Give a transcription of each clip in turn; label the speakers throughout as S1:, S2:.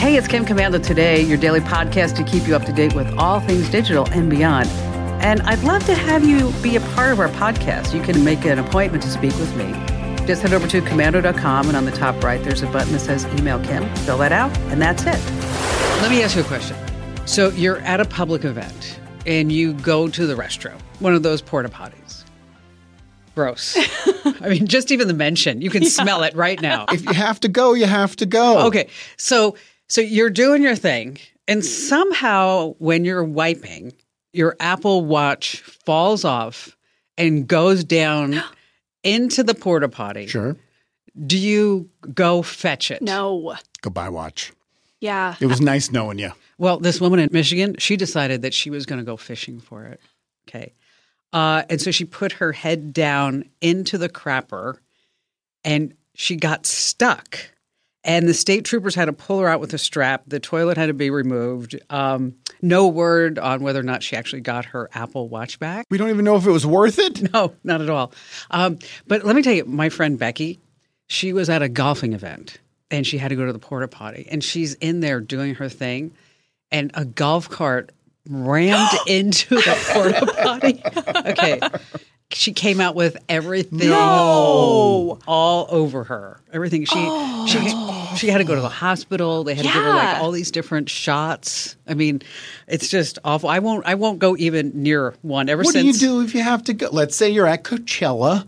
S1: Hey, it's Kim Commando today, your daily podcast to keep you up to date with all things digital and beyond. And I'd love to have you be a part of our podcast. You can make an appointment to speak with me. Just head over to commando.com, and on the top right, there's a button that says Email Kim. Fill that out, and that's it. Let me ask you a question. So, you're at a public event and you go to the restroom, one of those porta potties. Gross. I mean, just even the mention, you can smell it right now.
S2: If you have to go, you have to go.
S1: Okay. So so you're doing your thing and somehow when you're wiping, your Apple Watch falls off and goes down into the porta potty.
S2: Sure.
S1: Do you go fetch it?
S3: No.
S2: Goodbye, watch.
S3: Yeah.
S2: It was nice knowing you.
S1: Well, this woman in Michigan, she decided that she was going to go fishing for it. Okay. Uh, and so she put her head down into the crapper and she got stuck. And the state troopers had to pull her out with a strap. The toilet had to be removed. Um, no word on whether or not she actually got her Apple Watch back.
S2: We don't even know if it was worth it.
S1: No, not at all. Um, but let me tell you, my friend Becky, she was at a golfing event and she had to go to the porta potty. And she's in there doing her thing, and a golf cart rammed into the porta potty. Okay. She came out with everything
S3: No.
S1: all over her. Everything she
S2: Oh.
S1: she she had to go to the hospital. They had to give her like
S3: Yeah.
S1: all these different shots. I mean, it's just awful. I won't I won't go even near one ever
S2: What do you
S1: since
S2: do if you have to go? Let's say you're at Coachella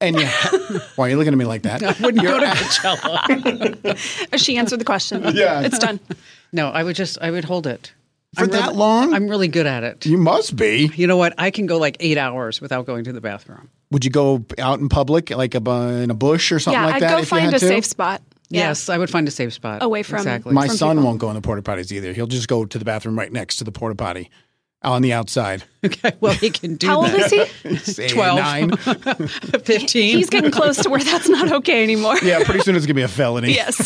S2: and you. Ha- Why are you looking at me like that?
S1: I wouldn't go to Coachella.
S3: She answered the question.
S2: Yeah.
S3: It's done.
S1: no, I would just I would hold it.
S2: For
S1: I'm
S2: that
S1: really-
S2: long?
S1: I'm really good at it.
S2: you must be.
S1: You know what? I can go like eight hours without going to the bathroom.
S2: Would you go out in public, like a, bu- in a bush or something
S3: yeah.
S2: like
S3: I'd
S2: that?
S3: go
S2: if you
S3: find
S2: had
S3: a
S2: to?
S3: safe spot. Yeah.
S1: Yes, I would find a safe spot
S3: Away from-
S1: exactly.
S2: My
S3: from
S2: son
S3: people.
S2: won't go in the porta potties either. He'll just go to the bathroom right next to the porta potty on the outside.
S1: okay, well, he can do
S3: How old
S1: that.
S3: is he?
S2: It's eight,
S1: 12.
S2: nine.
S1: 15.
S3: He's getting close to where that's not okay anymore.
S2: Yeah, pretty soon it's going to be a felony.
S3: Yes.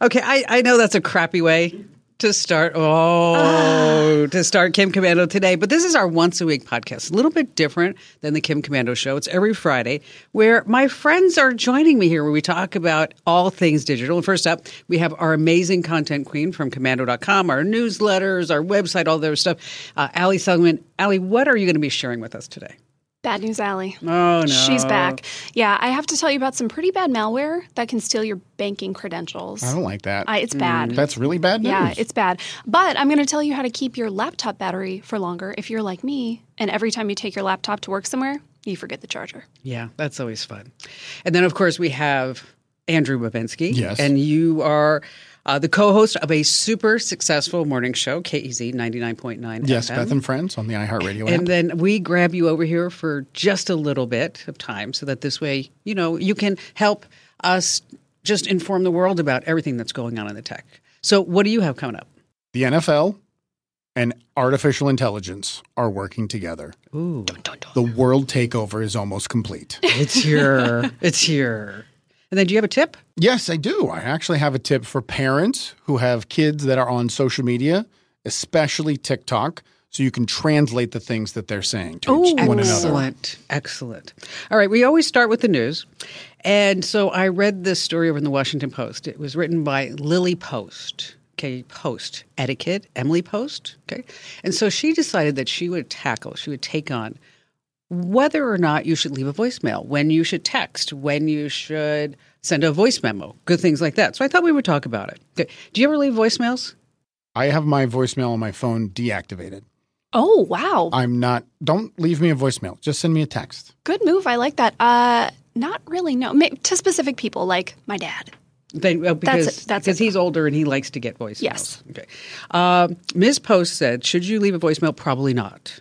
S1: okay, I, I know that's a crappy way to start. Oh, to start Kim Commando today. But this is our once a week podcast, a little bit different than the Kim Commando show. It's every Friday where my friends are joining me here where we talk about all things digital. And first up, we have our amazing content queen from commando.com, our newsletters, our website, all those stuff. Uh, Allie Seligman. Allie, what are you going to be sharing with us today?
S3: Bad News Alley.
S1: Oh, no.
S3: She's back. Yeah, I have to tell you about some pretty bad malware that can steal your banking credentials.
S2: I don't like that.
S3: I, it's bad.
S2: That's really Oh. Mm. bad news.
S3: Yeah, it's bad. But I'm going to tell you how to keep your laptop battery for longer if you're like me and every time you take your laptop to work somewhere, you forget the charger.
S1: Yeah, that's always fun. And then, of course, we have Andrew Babinski.
S2: Yes.
S1: And you are uh, the co host of a super successful morning show, E KEZ 99.9.
S2: yes,
S1: FM.
S2: Beth and Friends on the iHeartRadio app.
S1: And then we grab you over here for just a little bit of time so that this way, you know, you can help us just inform the world about everything that's going on in the tech. So, what do you have coming up?
S2: the NFL and artificial intelligence are working together.
S1: Ooh,
S2: The world takeover is almost complete.
S1: it's here. it's here. And then, do you have a tip?
S2: yes, I do. I actually have a tip for parents who have kids that are on social media, especially TikTok, so you can translate the things that they're saying to each, one another.
S1: Excellent. Excellent. All right. We always start with the news. And so I read this story over in the Washington Post. It was written by Lily Post. Okay, Post etiquette, Emily Post. Okay. And so she decided that she would tackle, she would take on whether or not you should leave a voicemail, when you should text, when you should send a voice memo, good things like that. So I thought we would talk about it. Okay. Do you ever leave voicemails?
S2: I have my voicemail on my phone deactivated.
S3: Oh, wow.
S2: I'm not, don't leave me a voicemail. Just send me a text.
S3: Good move. I like that. Uh, not really, no. Ma- To specific people like my dad.
S1: Then, well, because
S3: That's it. That's
S1: because
S3: it.
S1: he's older and he likes to get voicemails.
S3: Yes.
S1: Okay. Um, Ms. Post said, "Should you leave a voicemail? Probably not.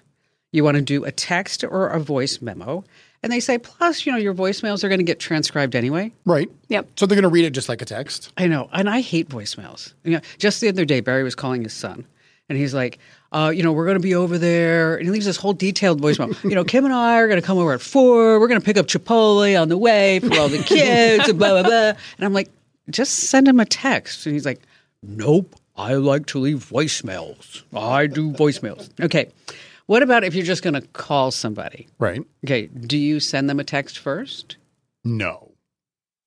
S1: You want to do a text or a voice memo." And they say, plus, you know, your voicemails are going to get transcribed anyway.
S2: Right.
S3: Yep.
S2: So they're going to read it just like a text.
S1: I know, and I hate voicemails. You know, just the other day, Barry was calling his son, and he's like, uh, "You know, we're going to be over there," and he leaves this whole detailed voicemail. you know, Kim and I are going to come over at four. We're going to pick up Chipotle on the way for all the kids, and blah blah blah. And I'm like, just send him a text, and he's like, "Nope, I like to leave voicemails. I do voicemails." Okay, what about if you're just going to call somebody?
S2: Right.
S1: Okay, do you send them a text first?
S2: No.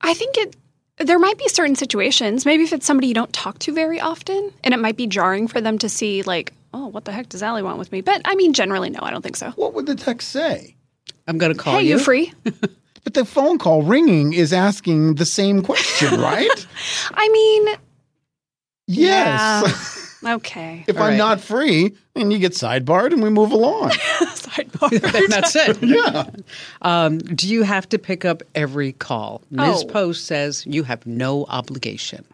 S3: I think it There might be certain situations, maybe if it's somebody you don't talk to very often, and it might be jarring for them to see, like, oh, what the heck does Allie want with me? But I mean, generally, no, I don't think so.
S2: What would the text say?
S1: I'm going to call
S3: hey,
S1: you.
S3: you free?
S2: But the phone call ringing is asking the same question, right?
S3: I mean,
S2: yes.
S3: yeah. Okay.
S2: if
S1: All
S2: I'm
S1: right.
S2: not free, then you get sidebarred and we move along.
S3: Sidebar.
S1: And that's it.
S2: yeah.
S1: Um, do you have to pick up every call? Ms.
S3: Oh.
S1: Post says you have no obligation.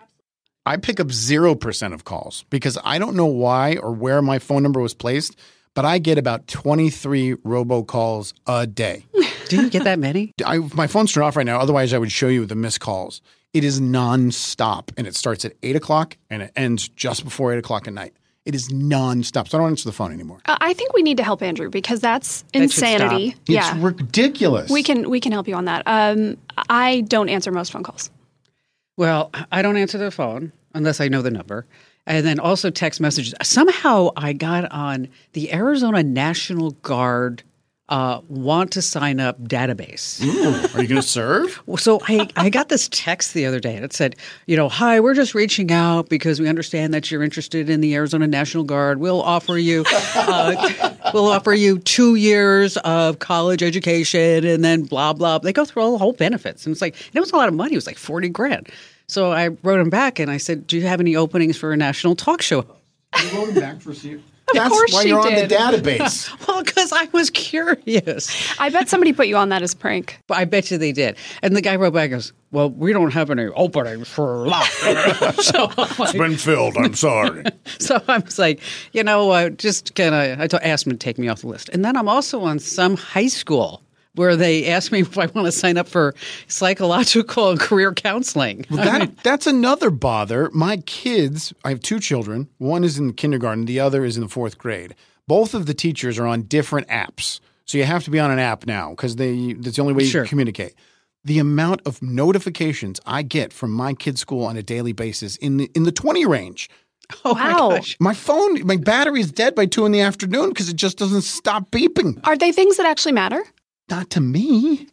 S2: I pick up 0% of calls because I don't know why or where my phone number was placed, but I get about 23 robocalls a day.
S1: Do you get that many?
S2: I, my phone's turned off right now. Otherwise, I would show you the missed calls. It is nonstop, and it starts at eight o'clock and it ends just before eight o'clock at night. It is nonstop. So I don't answer the phone anymore.
S3: Uh, I think we need to help Andrew because that's
S1: should stop.
S3: insanity. yeah.
S2: It's ridiculous.
S3: we can we can help you on that. Um, I don't answer most phone calls.
S1: Well, I don't answer the phone unless I know the number. And then also text messages. Somehow I got on the Arizona National Guard uh, want to sign up database.
S2: Ooh, are you going to serve?
S1: Well, So I, I got this text the other day and it said, you know, hi, we're just reaching out because we understand that you're interested in the Arizona National Guard. We'll offer you, uh, we'll offer you two years of college education and then blah blah. They go through all the whole benefits and it's like and it was a lot of money. It was like forty grand. So I wrote him back and I said, do you have any openings for a national talk show?
S2: You wrote him back to receive. That's
S3: course
S2: why
S3: she
S2: you're
S3: did.
S2: on the database.
S1: Well, because I was curious.
S3: I bet somebody put you on that as a prank.
S1: But I bet you they did. And the guy wrote back and goes, well, we don't have any openings for a lot. so I'm like,
S2: been filled. I'm sorry.
S1: So I was like, you know, uh, just kind of, I t- asked them to take me off the list. And then I'm also on some high school where they asked me if I want to sign up for psychological and career counseling.
S2: Well, that, that's another bother. My kids, I have two children. One is in kindergarten, the other is in the fourth grade. Both of the teachers are on different apps. So you have to be on an app now because they that's the only way you
S1: Sure.
S2: can communicate. The amount of notifications I get from my kids' school on a daily basis in the in the 20 range.
S1: Oh my
S3: Wow.
S1: gosh.
S2: My phone, my battery is dead by two in the afternoon because it just doesn't stop beeping.
S3: Are they things that actually matter?
S2: Not to me.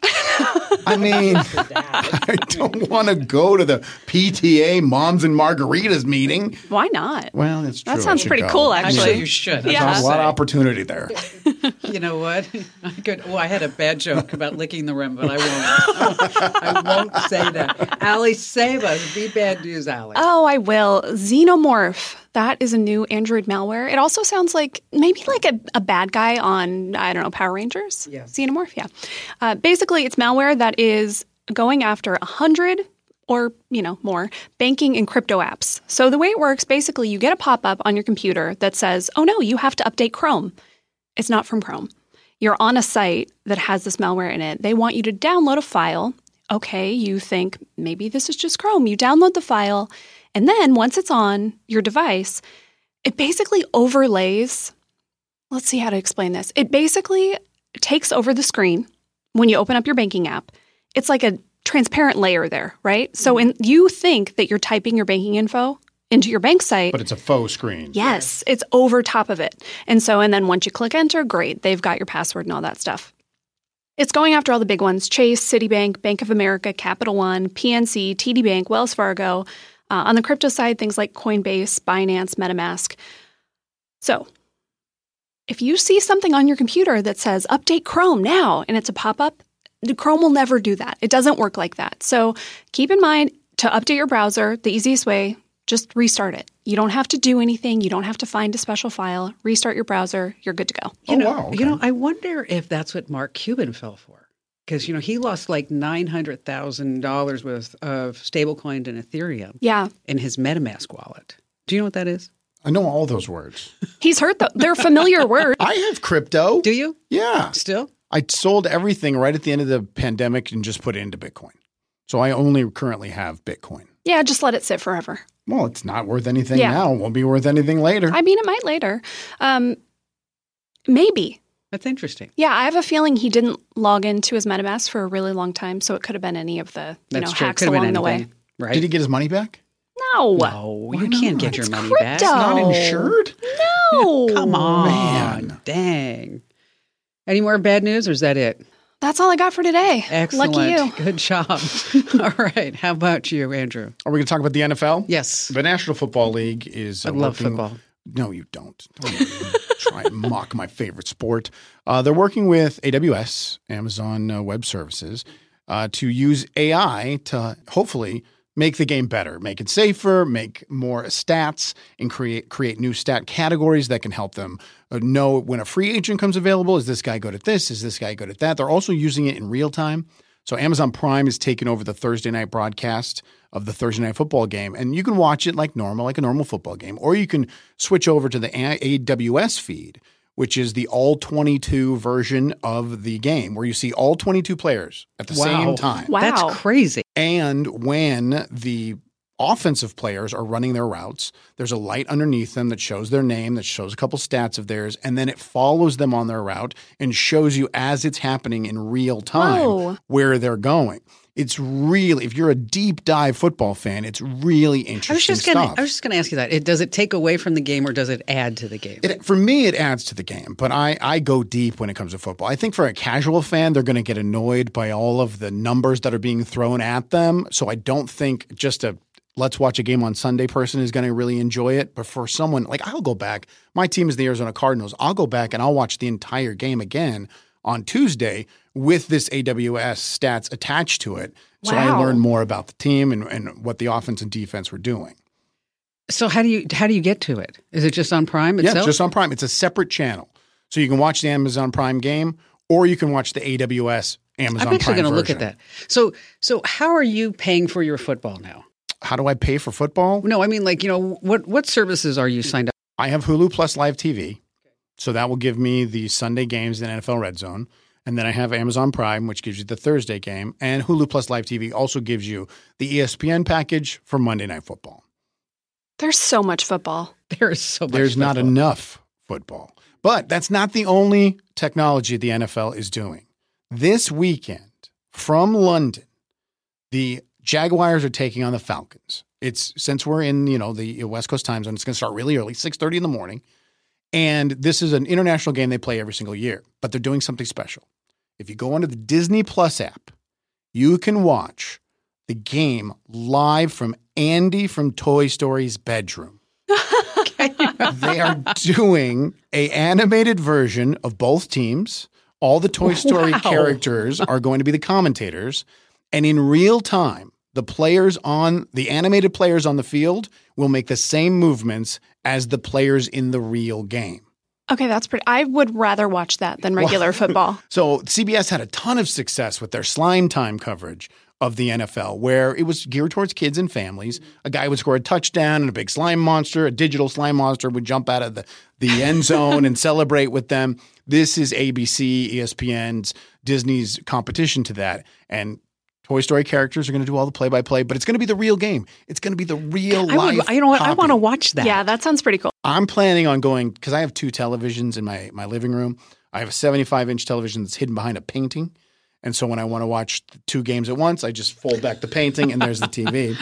S2: I mean, I don't want to go to the PTA Moms and Margaritas meeting.
S3: Why not?
S2: Well, it's true.
S3: That sounds pretty cool,
S1: Actually, you
S3: actually.
S1: should.
S3: Yeah.
S2: There's a lot of opportunity there.
S1: You know what? I could. Oh, I had a bad joke about licking the rim, but I won't. I won't say that. Allie, save us. Be bad news, Allie.
S3: Oh, I will. Xenomorph. That is a new Android malware. It also sounds like maybe like a, a bad guy on, I don't know, Power Rangers?
S1: Yeah.
S3: Xenomorph, yeah. Uh, basically, it's malware that is going after 100 or, you know, more banking and crypto apps. So the way it works, basically, you get a pop up on your computer that says, oh no, you have to update Chrome. It's not from Chrome. You're on a site that has this malware in it. They want you to download a file. Okay, you think maybe this is just Chrome. You download the file, and then once it's on your device, it basically overlays. Let's see how to explain this. It basically takes over the screen when you open up your banking app. It's like a transparent layer there, right? So in, you think that you're typing your banking info into your bank site,
S2: But it's a faux screen.
S3: Yes, it's over top of it. And so, and then once you click enter, great, they've got your password and all that stuff. It's going after all the big ones Chase, Citibank, Bank of America, Capital One, PNC, TD Bank, Wells Fargo. Uh, on the crypto side, things like Coinbase, Binance, MetaMask. So, if you see something on your computer that says update Chrome now and it's a pop up, Chrome will never do that. It doesn't work like that. So keep in mind to update your browser, the easiest way, just restart it. You don't have to do anything, you don't have to find a special file. Restart your browser, you're good to go.
S2: Oh,
S1: You know,
S2: wow.
S1: You know, I wonder if that's what Mark Cuban fell for. Because, you know, he lost like $900,000 worth of stablecoin and Ethereum
S3: Yeah,
S1: in his MetaMask wallet. Do you know what that is?
S2: I know all those words.
S3: he's heard though. They're familiar words.
S2: I have crypto.
S1: Do you
S2: Yeah.
S1: still?
S2: I sold everything right at the end of the pandemic and just put it into Bitcoin. So I only currently have Bitcoin.
S3: Yeah, just let it sit forever.
S2: Well, it's not worth anything
S3: Yeah.
S2: now. It won't be worth anything later.
S3: I mean, it might later. Um, maybe.
S1: That's interesting.
S3: Yeah, I have a feeling he didn't log into his MetaMask for a really long time, so it could have been any of the you
S1: That's
S3: know
S1: true. It
S3: hacks
S1: could've been
S3: along the way.
S1: anything, Right.
S2: Did he get his money back?
S3: No,
S1: no, you can't get your
S3: It's
S1: money
S3: crypto.
S1: back.
S2: Not
S3: No.
S2: insured?
S3: no.
S1: Come on.
S2: Man.
S1: Dang. Any more bad news or is that it?
S3: That's all I got for today.
S1: Excellent.
S3: Lucky you.
S1: Good job. All right. How about you, Andrew?
S2: Are we going to talk about the NFL?
S1: Yes.
S2: The National Football League is.
S1: I love football.
S2: No, you don't. Don't even try and mock my favorite sport. Uh, they're working with AWS, Amazon uh, Web Services, uh, to use AI to hopefully make the game better, make it safer, make more stats, and create create new stat categories that can help them uh, know when a free agent comes available. Is this guy good at this? Is this guy good at that? They're also using it in real time. So Amazon Prime is taking over the Thursday night broadcast of the Thursday night football game, and you can watch it like normal, like a normal football game, or you can switch over to the A- AWS feed, which is the all 22 version of the game, where you see all 22 players at the
S1: Wow.
S2: same time.
S3: Wow.
S1: That's crazy.
S2: And when the offensive players are running their routes, there's a light underneath them that shows their name, that shows a couple stats of theirs, and then it follows them on their route and shows you as it's happening in real time
S3: Whoa.
S2: where they're going. It's really, if you're a deep dive football fan, it's really interesting
S1: I was just
S2: stuff.
S1: gonna I was just gonna ask you that. It, does it take away from the game or does it add to the game?
S2: It, for me, it adds to the game, but I, I go deep when it comes to football. I think for a casual fan, they're going to get annoyed by all of the numbers that are being thrown at them. So I don't think just a let's watch a game on Sunday person is going to really enjoy it. But for someone like I'll go back, my team is the Arizona Cardinals. I'll go back and I'll watch the entire game again on Tuesday with this AWS stats attached to it. So I
S3: Wow.
S2: learn more about the team and, and what the offense and defense were doing.
S1: so how do you how do you get to it? Is it just on Prime
S2: Yeah,
S1: itself?
S2: it's just on Prime. It's a separate channel. So you can watch the Amazon Prime game or you can watch the AWS Amazon
S1: I'm actually
S2: Prime
S1: gonna look
S2: version.
S1: at that. So so how are you paying for your football now?
S2: How do I pay for football?
S1: No, I mean like, you know, what what services are you signed up?
S2: I have Hulu Plus Live TV. So that will give me the Sunday games in NFL Red Zone. And then I have Amazon Prime, which gives you the Thursday game. And Hulu Plus Live TV also gives you the E ESPN package for Monday Night Football.
S3: There's so much football.
S1: There is so much
S2: There's not
S1: football.
S2: enough football. But that's not the only technology the NFL is doing. This weekend from London, the Jaguars are taking on the Falcons. It's since we're in, you know, the West Coast time zone, it's going to start really early, 6:30 in the morning. And this is an international game they play every single year, but they're doing something special. If you go onto the Disney Plus app, you can watch the game live from Andy from Toy Story's bedroom they are doing a animated version of both teams. All the Toy Story
S1: Wow.
S2: characters are going to be the commentators, and in real time, the players on the animated players on the field will make the same movements as the players in the real game.
S3: Okay, that's pretty. I would rather watch that than regular football.
S2: So CBS had a ton of success with their slime time coverage of the NFL, where it was geared towards kids and families. A guy would score a touchdown and a big slime monster, a digital slime monster would jump out of the, the end zone and celebrate with them. This is ABC, ESPN's, Disney's competition to that. And Toy Story characters are going to do all the play by play, but it's going to be the real game. It's going to be the real
S1: I
S2: life.
S1: would, you know what? I
S2: copy.
S1: want to watch that.
S3: Yeah, that sounds pretty cool.
S2: I'm planning on going because I have two televisions in my my living room. I have a 75 inch television that's hidden behind a painting, and so when I want to watch th- two games at once, I just fold back the painting and there's the TV.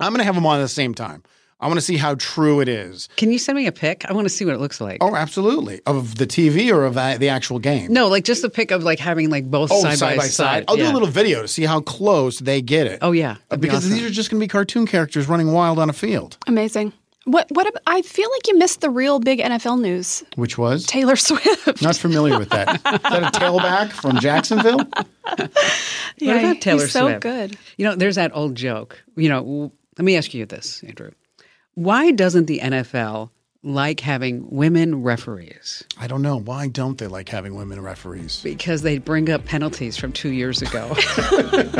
S2: I'm gonna have them on at the same time. I want to see how true it is.
S1: Can you send me a pic? I want to see what it looks like.
S2: Oh, absolutely, of the TV or of uh, the actual game.
S1: No, like just a pic of like having like both
S2: oh,
S1: side, by, side.
S2: I'll do
S1: Yeah.
S2: a little video to see how close they get it.
S1: Oh yeah,
S2: Uh, because these are just going to be cartoon characters running wild on a field,
S3: Amazing. What? What? ab- I feel like you missed the real big NFL news.
S2: which was
S3: Taylor Swift.
S2: not familiar with that. Is that a tailback from Jacksonville?
S3: Yeah,
S1: about Taylor
S3: he's so
S1: Swift?
S3: good.
S1: you know, there's that old joke. You know, w- let me ask you this, Andrew. Why doesn't the NFL like having women referees?
S2: I don't know. Why don't they like having women referees?
S1: Because they bring up penalties from two years ago.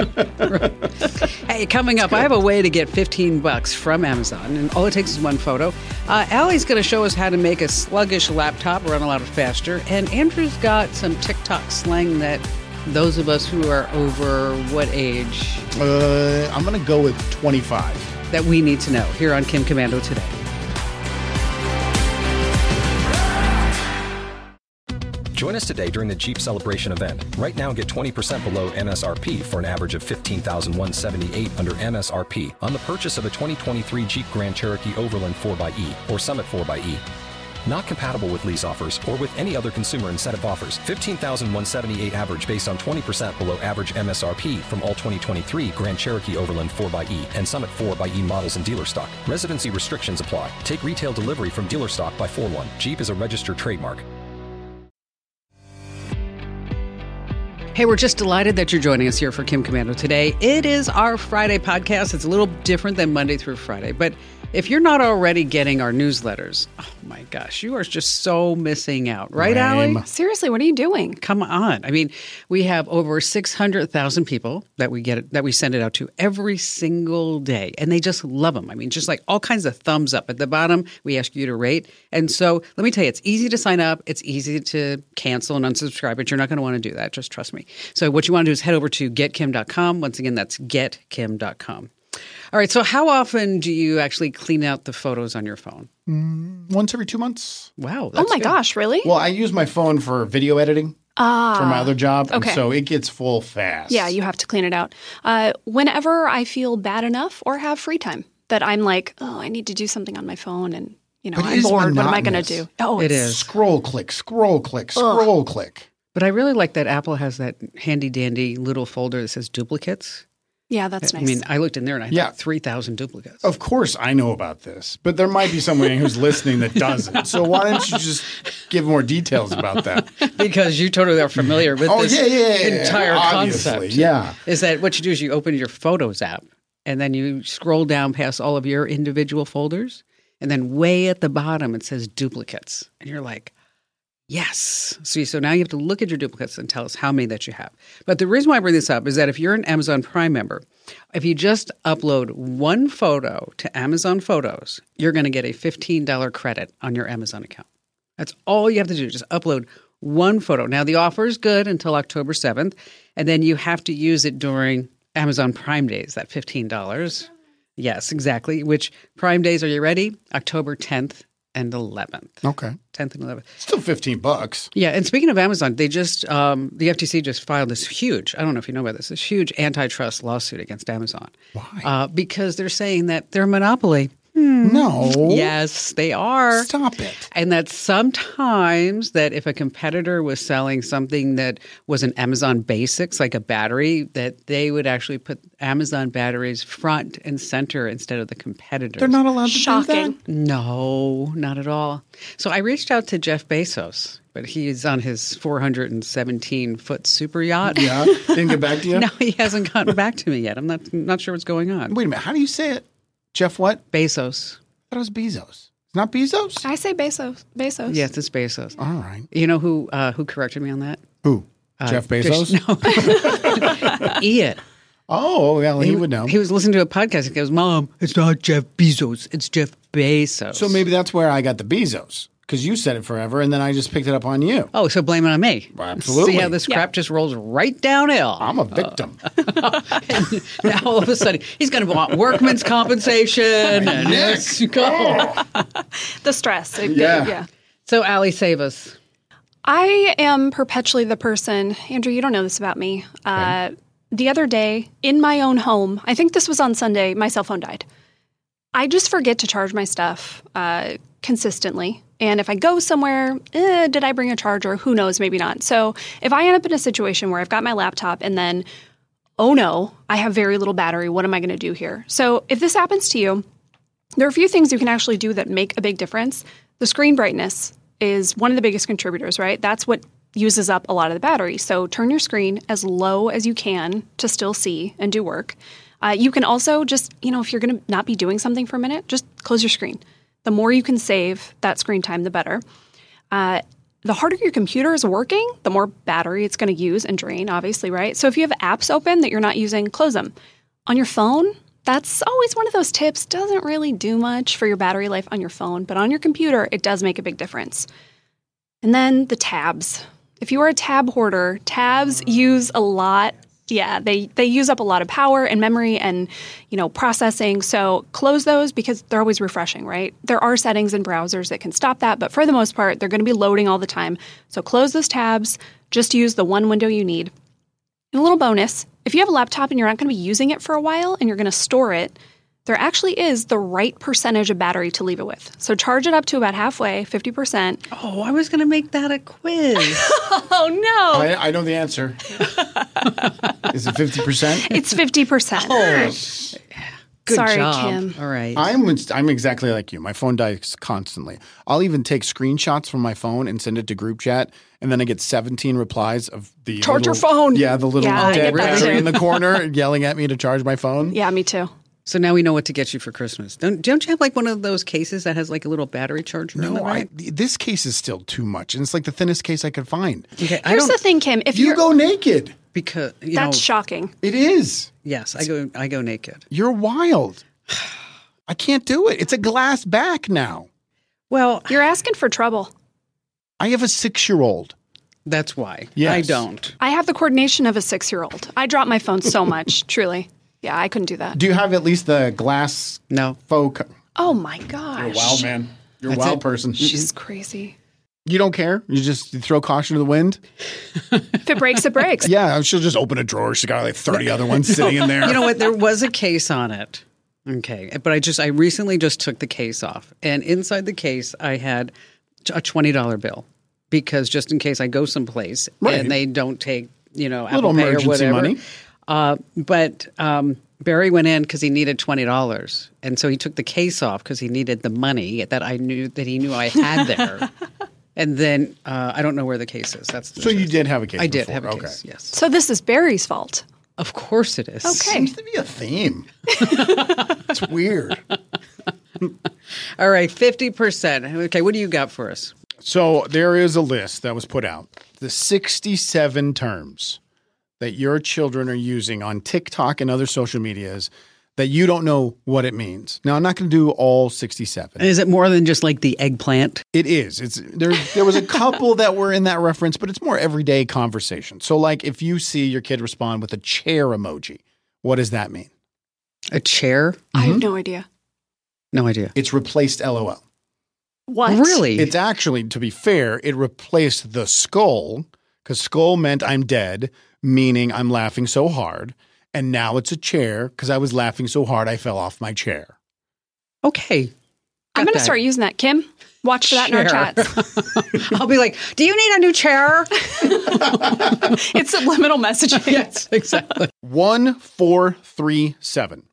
S1: hey, coming up, I have a way to get 15 bucks from Amazon, and all it takes is one photo. Uh, Allie's going to show us how to make a sluggish laptop run a lot faster, and Andrew's got some TikTok slang that those of us who are over what age
S2: Uh, I'm going to go with 25.
S1: that we need to know here on Kim Commando today.
S4: Join us today during the Jeep Celebration event. Right now, get 20% below MSRP for an average of 15178 under E MSRP on the purchase of a 2023 Jeep Grand Cherokee Overland 4xE or Summit 4xE. E. Not compatible with lease offers or with any other consumer incentive offers. 15,178 average based on 20% below average MSRP from all 2023 Grand Cherokee Overland 4xE and Summit 4xE models in dealer stock. Residency restrictions apply. Take retail delivery from dealer stock by 4 1. Jeep is a registered trademark.
S1: Hey, we're just delighted that you're joining us here for Kim Commando today. It is our Friday podcast. It's a little different than Monday through Friday, but if you're not already getting our newsletters, oh my gosh, you are just so missing out, right,
S2: Lame.
S1: Allie?
S3: Seriously, what are you doing?
S1: Come on. I mean, we have over 600,000 people that we get that we send it out to every single day, and they just love them. I mean, just like all kinds of thumbs up at the bottom, we ask you to rate. And so, let me tell you, it's easy to sign up, it's easy to cancel and unsubscribe, but you're not going to want to do that, just trust me. So, what you want to do is head over to getkim.com. Once again, that's getkim.com. All right, so how often do you actually clean out the photos on your phone?
S2: Once every two months.
S1: Wow.
S3: Oh
S1: that's
S3: my
S1: good.
S3: gosh, really?
S2: Well, I use my phone for video editing for my other job, and
S3: Ah, okay.
S2: so it gets full fast.
S3: Yeah, you have to clean it out. Uh, whenever I feel bad enough or have free time that I'm like, oh, I need to do something on my phone and, you know,
S2: It
S3: I'm
S2: is
S3: bored. What am I going
S2: monotonous.
S3: to do? Oh,
S1: It
S3: it's-
S1: is.
S2: scroll click, scroll click, scroll click.
S1: But I really like that Apple has that handy dandy little folder that says duplicates.
S3: Yeah, that's nice.
S1: I mean, I looked in there and I had
S2: Yeah. Oh.
S1: like 3,000 duplicates.
S2: Of course, I know about this, but there might be someone who's listening that doesn't. So why don't you just give more details about that?
S1: Because you totally are familiar with
S2: Oh
S1: this
S2: yeah, yeah, yeah, yeah,
S1: entire
S2: obviously,
S1: concept.
S2: Yeah,
S1: Is that what you do is you open your Photos app and then you scroll down past all of your individual folders. And then way at the bottom, it says duplicates. And you're like, Yes. See, so now you have to look at your duplicates and tell us how many that you have. But the reason why I bring this up is that if you're an Amazon Prime member, if you just upload one photo to Amazon Photos, you're going to get a $15 credit on your Amazon account. That's all you have to do, just upload one photo. Now, the offer is good until October 7th, and then you have to use it during Amazon Prime Days, that $15. Yes, exactly. Which Prime Days are you ready? October 10th and 11th.
S2: okay.
S1: 10th and 11th.
S2: Still fifteen bucks.
S1: Yeah, and speaking of Amazon, they just um, the FTC just filed this huge. I don't know if you know about this. This huge antitrust lawsuit against Amazon. Why? Uh, because they're saying that they're a monopoly.
S3: Hmm.
S2: No,
S1: Yes, they are.
S2: stop it.
S1: And that sometimes that if a competitor was selling something that was an Amazon Basics, like a battery, that they would actually put Amazon batteries front and center instead of the competitors.
S2: They're not allowed to do
S3: Shocking.
S2: that.
S1: No, not at all. So I reached out to Jeff Bezos, but he's on his 417 foot super yacht.
S2: Yeah, didn't get back to you.
S1: No, he hasn't gotten back to me yet. I'm not not sure what's going on.
S2: Wait a minute. How do you say it, Jeff? What? I
S1: Bezos.
S2: thought it was Bezos. It's not
S1: Uh,
S2: Bezos.
S3: I say Bezos. Bezos.
S1: Yes, it's Bezos.
S2: All right.
S1: You know who uh, who corrected me on that?
S2: Who?
S1: uh,
S2: Jeff Bezos.
S1: Ian.
S2: Oh, well, he, would know.
S1: He was listening to a podcast. He goes, "Mom, it's not Jeff Bezos. It's Jeff Bezos."
S2: so maybe that's where I got the Bezos because you said it forever, and then I just picked it up on you.
S1: Oh, so blame it on me.
S2: Absolutely.
S1: See how this crap just rolls right downhill.
S2: I'm a victim.
S1: Uh, now all of a sudden he's going to want workman's compensation. and yes, you
S2: Oh,
S1: go.
S3: The stress. It-
S2: Yeah.
S3: yeah.
S1: So, Allie, save us.
S3: I am perpetually the person, Andrew, you don't know this about me. Uh, The other day in my own home, I think this was on Sunday, my cell phone died. I just forget to charge my stuff uh, consistently. And if I go somewhere, eh, did I bring a charger? Who knows? Maybe not. So if I end up in a situation where I've got my laptop and then, oh no, I have very little battery, what am I going to do here? So if this happens to you, there are a few things you can actually do that make a big difference. The screen brightness is one of the biggest contributors, right? That's what uses up a lot of the battery. So turn your screen as low as you can to still see and do work. Uh, you can also just, you know, if you're going to not be doing something for a minute, just close your screen. The more you can save that screen time, the better. Uh, the harder your computer is working, the more battery it's going to use and drain, obviously, right? So if you have apps open that you're not using, close them. On your phone, that's always one of those tips. Doesn't really do much for your battery life on your phone, but on your computer, it does make a big difference. And then the tabs. If you are a tab hoarder, tabs use a lot. Yeah, they they use up a lot of power and memory and, you know, processing. So close those because they're always refreshing, right? There are settings in browsers that can stop that, but for the most part, they're going to be loading all the time. So close those tabs, just use the one window you need. And a little bonus, if you have a laptop and you're not going to be using it for a while and you're going to store it, there actually is the right percentage of battery to leave it with. So charge it up to about halfway, 50%.
S1: Oh, I was going to make that a quiz.
S3: Oh no.
S2: I, I know the answer. Is it fifty percent?
S3: It's 50%.
S1: Oh. Good
S3: Sorry,
S1: job.
S3: Kim.
S1: All right.
S2: I'm I'm exactly like you. My phone dies constantly. I'll even take screenshots from my phone and send it to group chat, and then I get 17 replies of the
S3: Charge your
S2: little-
S3: phone.
S2: Yeah, the little
S3: Yeah, I
S2: dead
S3: get that
S2: battery
S3: too.
S2: in the corner yelling at me to charge my phone.
S3: Yeah, me too.
S1: so now we know what to get you for Christmas. Don't, don't you have like one of those cases that has like a little battery charger? on it,
S2: No, I,
S1: right?
S2: this case is still too much, and it's like the thinnest case I could find.
S1: Okay, I
S3: Here's
S1: don't
S3: the thing, Kim. If
S2: You
S3: are
S2: go naked.
S1: because you
S3: that's
S1: know.
S3: shocking.
S2: It is.
S1: yes, I go. I go naked.
S2: You're wild. I can't do it. It's a glass back now.
S1: Well,
S3: You're asking for trouble.
S2: I have a six year old.
S1: that's why
S2: Yes.
S1: I don't.
S3: I have the coordination of a six year old. I drop my phone so much, truly. Yeah, I couldn't do that.
S2: Do you have at least the glass
S1: No,
S2: faux? Co-
S3: Oh my gosh.
S2: man. You're a
S1: That's
S2: wild
S1: it.
S2: person.
S3: She's
S1: Mm-hmm.
S3: crazy.
S2: You don't care. You just throw caution to the wind.
S3: If it breaks, it breaks.
S2: Yeah, she'll just open a drawer. She's got like thirty other ones sitting in there.
S1: you know what? There was a case on it. Okay, but I just I recently just took the case off, and inside the case I had a twenty dollar bill because just in case I go someplace
S2: Right.
S1: and they don't take you know
S2: Little
S1: Apple Pay or
S2: emergency
S1: whatever.
S2: money.
S1: Uh, but um, Barry went in because he needed twenty dollars, and so he took the case off because he needed the money that I knew that he knew I had there. and then uh, I don't know where the case is. That's
S2: so you did have a case.
S1: I did
S2: before.
S1: have a
S2: okay.
S1: case. Yes,
S3: So this is Barry's fault.
S1: of course it is.
S3: Okay.
S2: Seems to be a theme. it's weird.
S1: All right, fifty percent. Okay, what do you got for us?
S2: So there is a list that was put out. The 67 terms that your children are using on TikTok and other social medias that you don't know what it means. Now I'm not going to do all 67.
S1: Is it more than just like the eggplant?
S2: It is. It's there there was a couple that were in that reference, but it's more everyday conversation. So like if you see your kid respond with a chair emoji, what does that mean?
S1: A chair?
S3: I have no idea.
S1: No idea.
S2: It's replaced LOL.
S3: What?
S1: Really?
S2: It's actually, to be fair, it replaced the skull because skull meant I'm dead, meaning I'm laughing so hard. And now it's a chair because I was laughing so hard I fell off my chair.
S1: okay.
S3: I'm
S1: Got
S3: going to
S1: that.
S3: start using that, Kim. Watch for that in
S1: Chair.
S3: our chats.
S1: I'll be like, do you need a new chair?
S3: It's subliminal messaging.
S1: exactly.
S2: One, four, three, seven.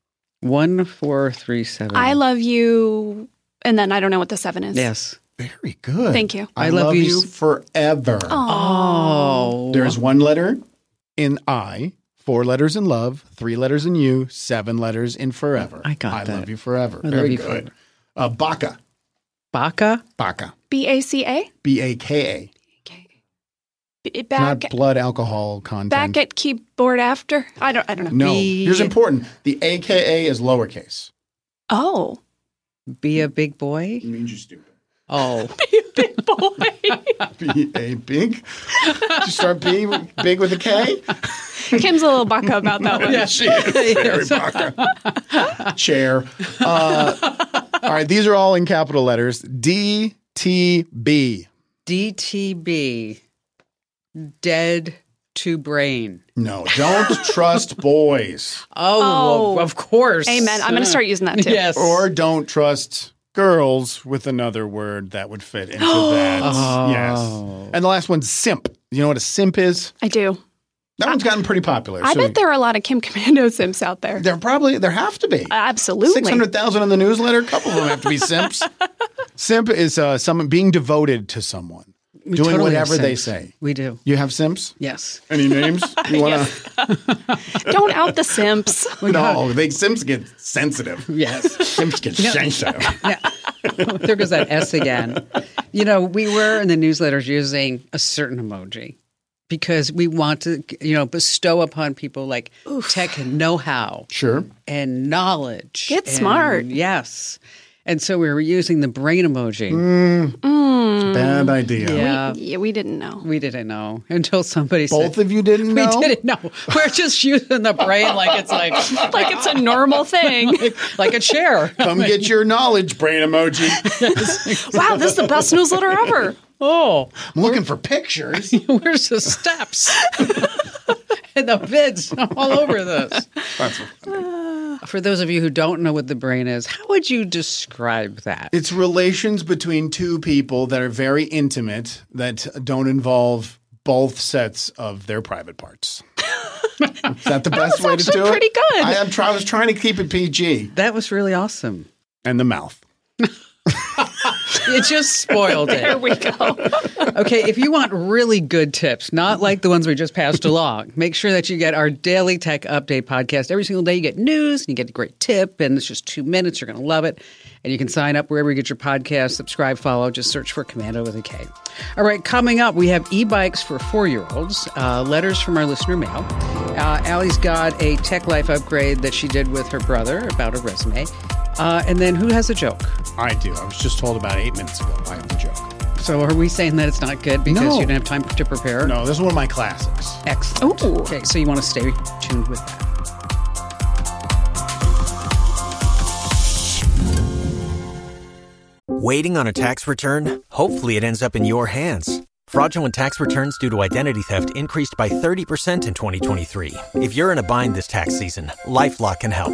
S1: One, four, three, seven.
S3: I love you. And then I don't know what the seven is.
S1: Yes.
S2: Very good.
S3: Thank you.
S2: I,
S1: I
S2: love,
S1: love you
S2: you
S1: s-
S2: forever.
S1: Oh.
S2: There's one letter in I, four letters in love, three letters in you, seven letters in forever.
S1: I got
S2: I
S1: that.
S2: love you forever.
S1: I
S2: Very
S1: love you
S2: good.
S1: forever.
S2: Uh, Baka.
S1: Baca.
S2: Baka.
S3: B A C A?
S2: B A K A.
S3: B-
S2: Not
S3: Back,
S2: blood alcohol content.
S3: back at keyboard after? I don't, I don't know.
S2: No,
S1: Be-
S2: here's important. The AKA is lowercase.
S3: Oh.
S1: Be a big boy.
S2: It means you're stupid.
S1: Oh.
S2: Be a big. Just start being big with a K.
S3: Kim's a little bucka about that one.
S2: She is very baka. Chair. Uh, all right, these are all in capital letters. D T B.
S1: DTB. Dead to brain.
S2: No, don't trust boys
S1: Oh,
S3: Oh.
S1: well, of course.
S3: Amen. I'm going to start using that too.
S1: Yes.
S2: or don't trust girls with another word that would fit into that.
S1: Oh.
S2: Yes. And the last one's simp. You know what a simp is?
S3: I do.
S2: That one's gotten pretty popular.
S3: I
S2: so-
S3: bet there are a lot of Kim Commando Sims out there.
S2: There probably there have to be.
S3: Absolutely.
S2: Six hundred thousand in the newsletter. A couple of them have to be simps. Simp is uh, someone being devoted to someone,
S1: We
S2: doing
S1: totally have
S2: whatever they
S1: sense.
S2: say.
S1: We do.
S2: You have simps?
S1: Yes.
S2: Any names? You wanna?
S3: Don't out the simps.
S2: No, they simps get sensitive.
S1: Yes.
S2: Simps get sensitive.
S1: there goes that S again. You know, we were in the newsletters using a certain emoji because we want to, you know, bestow upon people like tech know how
S2: Sure.
S1: and knowledge.
S3: Get
S1: and-
S3: smart.
S1: Yes. And so we were using the brain emoji.
S2: Mm. Bad idea.
S3: Mm.
S1: Yeah.
S3: Yeah, we didn't know.
S1: We didn't know until somebody
S2: Both
S1: said,
S2: of you didn't know.
S1: We didn't know. We're just using the brain like it's like
S3: Like it's a normal thing.
S1: like a chair.
S2: Come get your knowledge brain emoji.
S3: wow, this is the best newsletter ever.
S1: Oh,
S2: I'm looking for pictures.
S1: where's the steps? and the vids all over this.
S2: That's
S1: For those of you who don't know what the brain is, how would you describe that?
S2: It's relations between two people that are very intimate that don't involve both sets of their private parts. Is that the best
S3: was
S2: way to do
S3: actually
S2: it?
S3: pretty good.
S2: I, am try, I was trying to keep it PG.
S1: that was really awesome.
S2: And the mouth.
S1: It just spoiled it.
S3: There we go.
S1: Okay, if you want really good tips, not like the ones we just passed along, make sure that you get our daily tech update podcast. Every single day, you get news and you get a great tip, and it's just two minutes. You're going to love it. And you can sign up wherever you get your podcast, subscribe, follow. Just search for Commando with a K. All right, coming up, we have e bikes for four year olds, uh, letters from our listener mail. Uh, Allie's got a tech life upgrade that she did with her brother about her resume. Uh, and then who has a joke?
S2: I do. I was just told about eight minutes ago. I have the joke.
S1: So are we saying that it's not good because
S2: No.
S1: you didn't have time to prepare?
S2: No, this is one of my classics.
S1: Excellent.
S3: Ooh.
S1: Okay, so you want to stay tuned with that.
S5: Waiting on a tax return? Hopefully, it ends up in your hands. Fraudulent tax returns due to identity theft increased by 30% in 2023. If you're in a bind this tax season, LifeLock can help.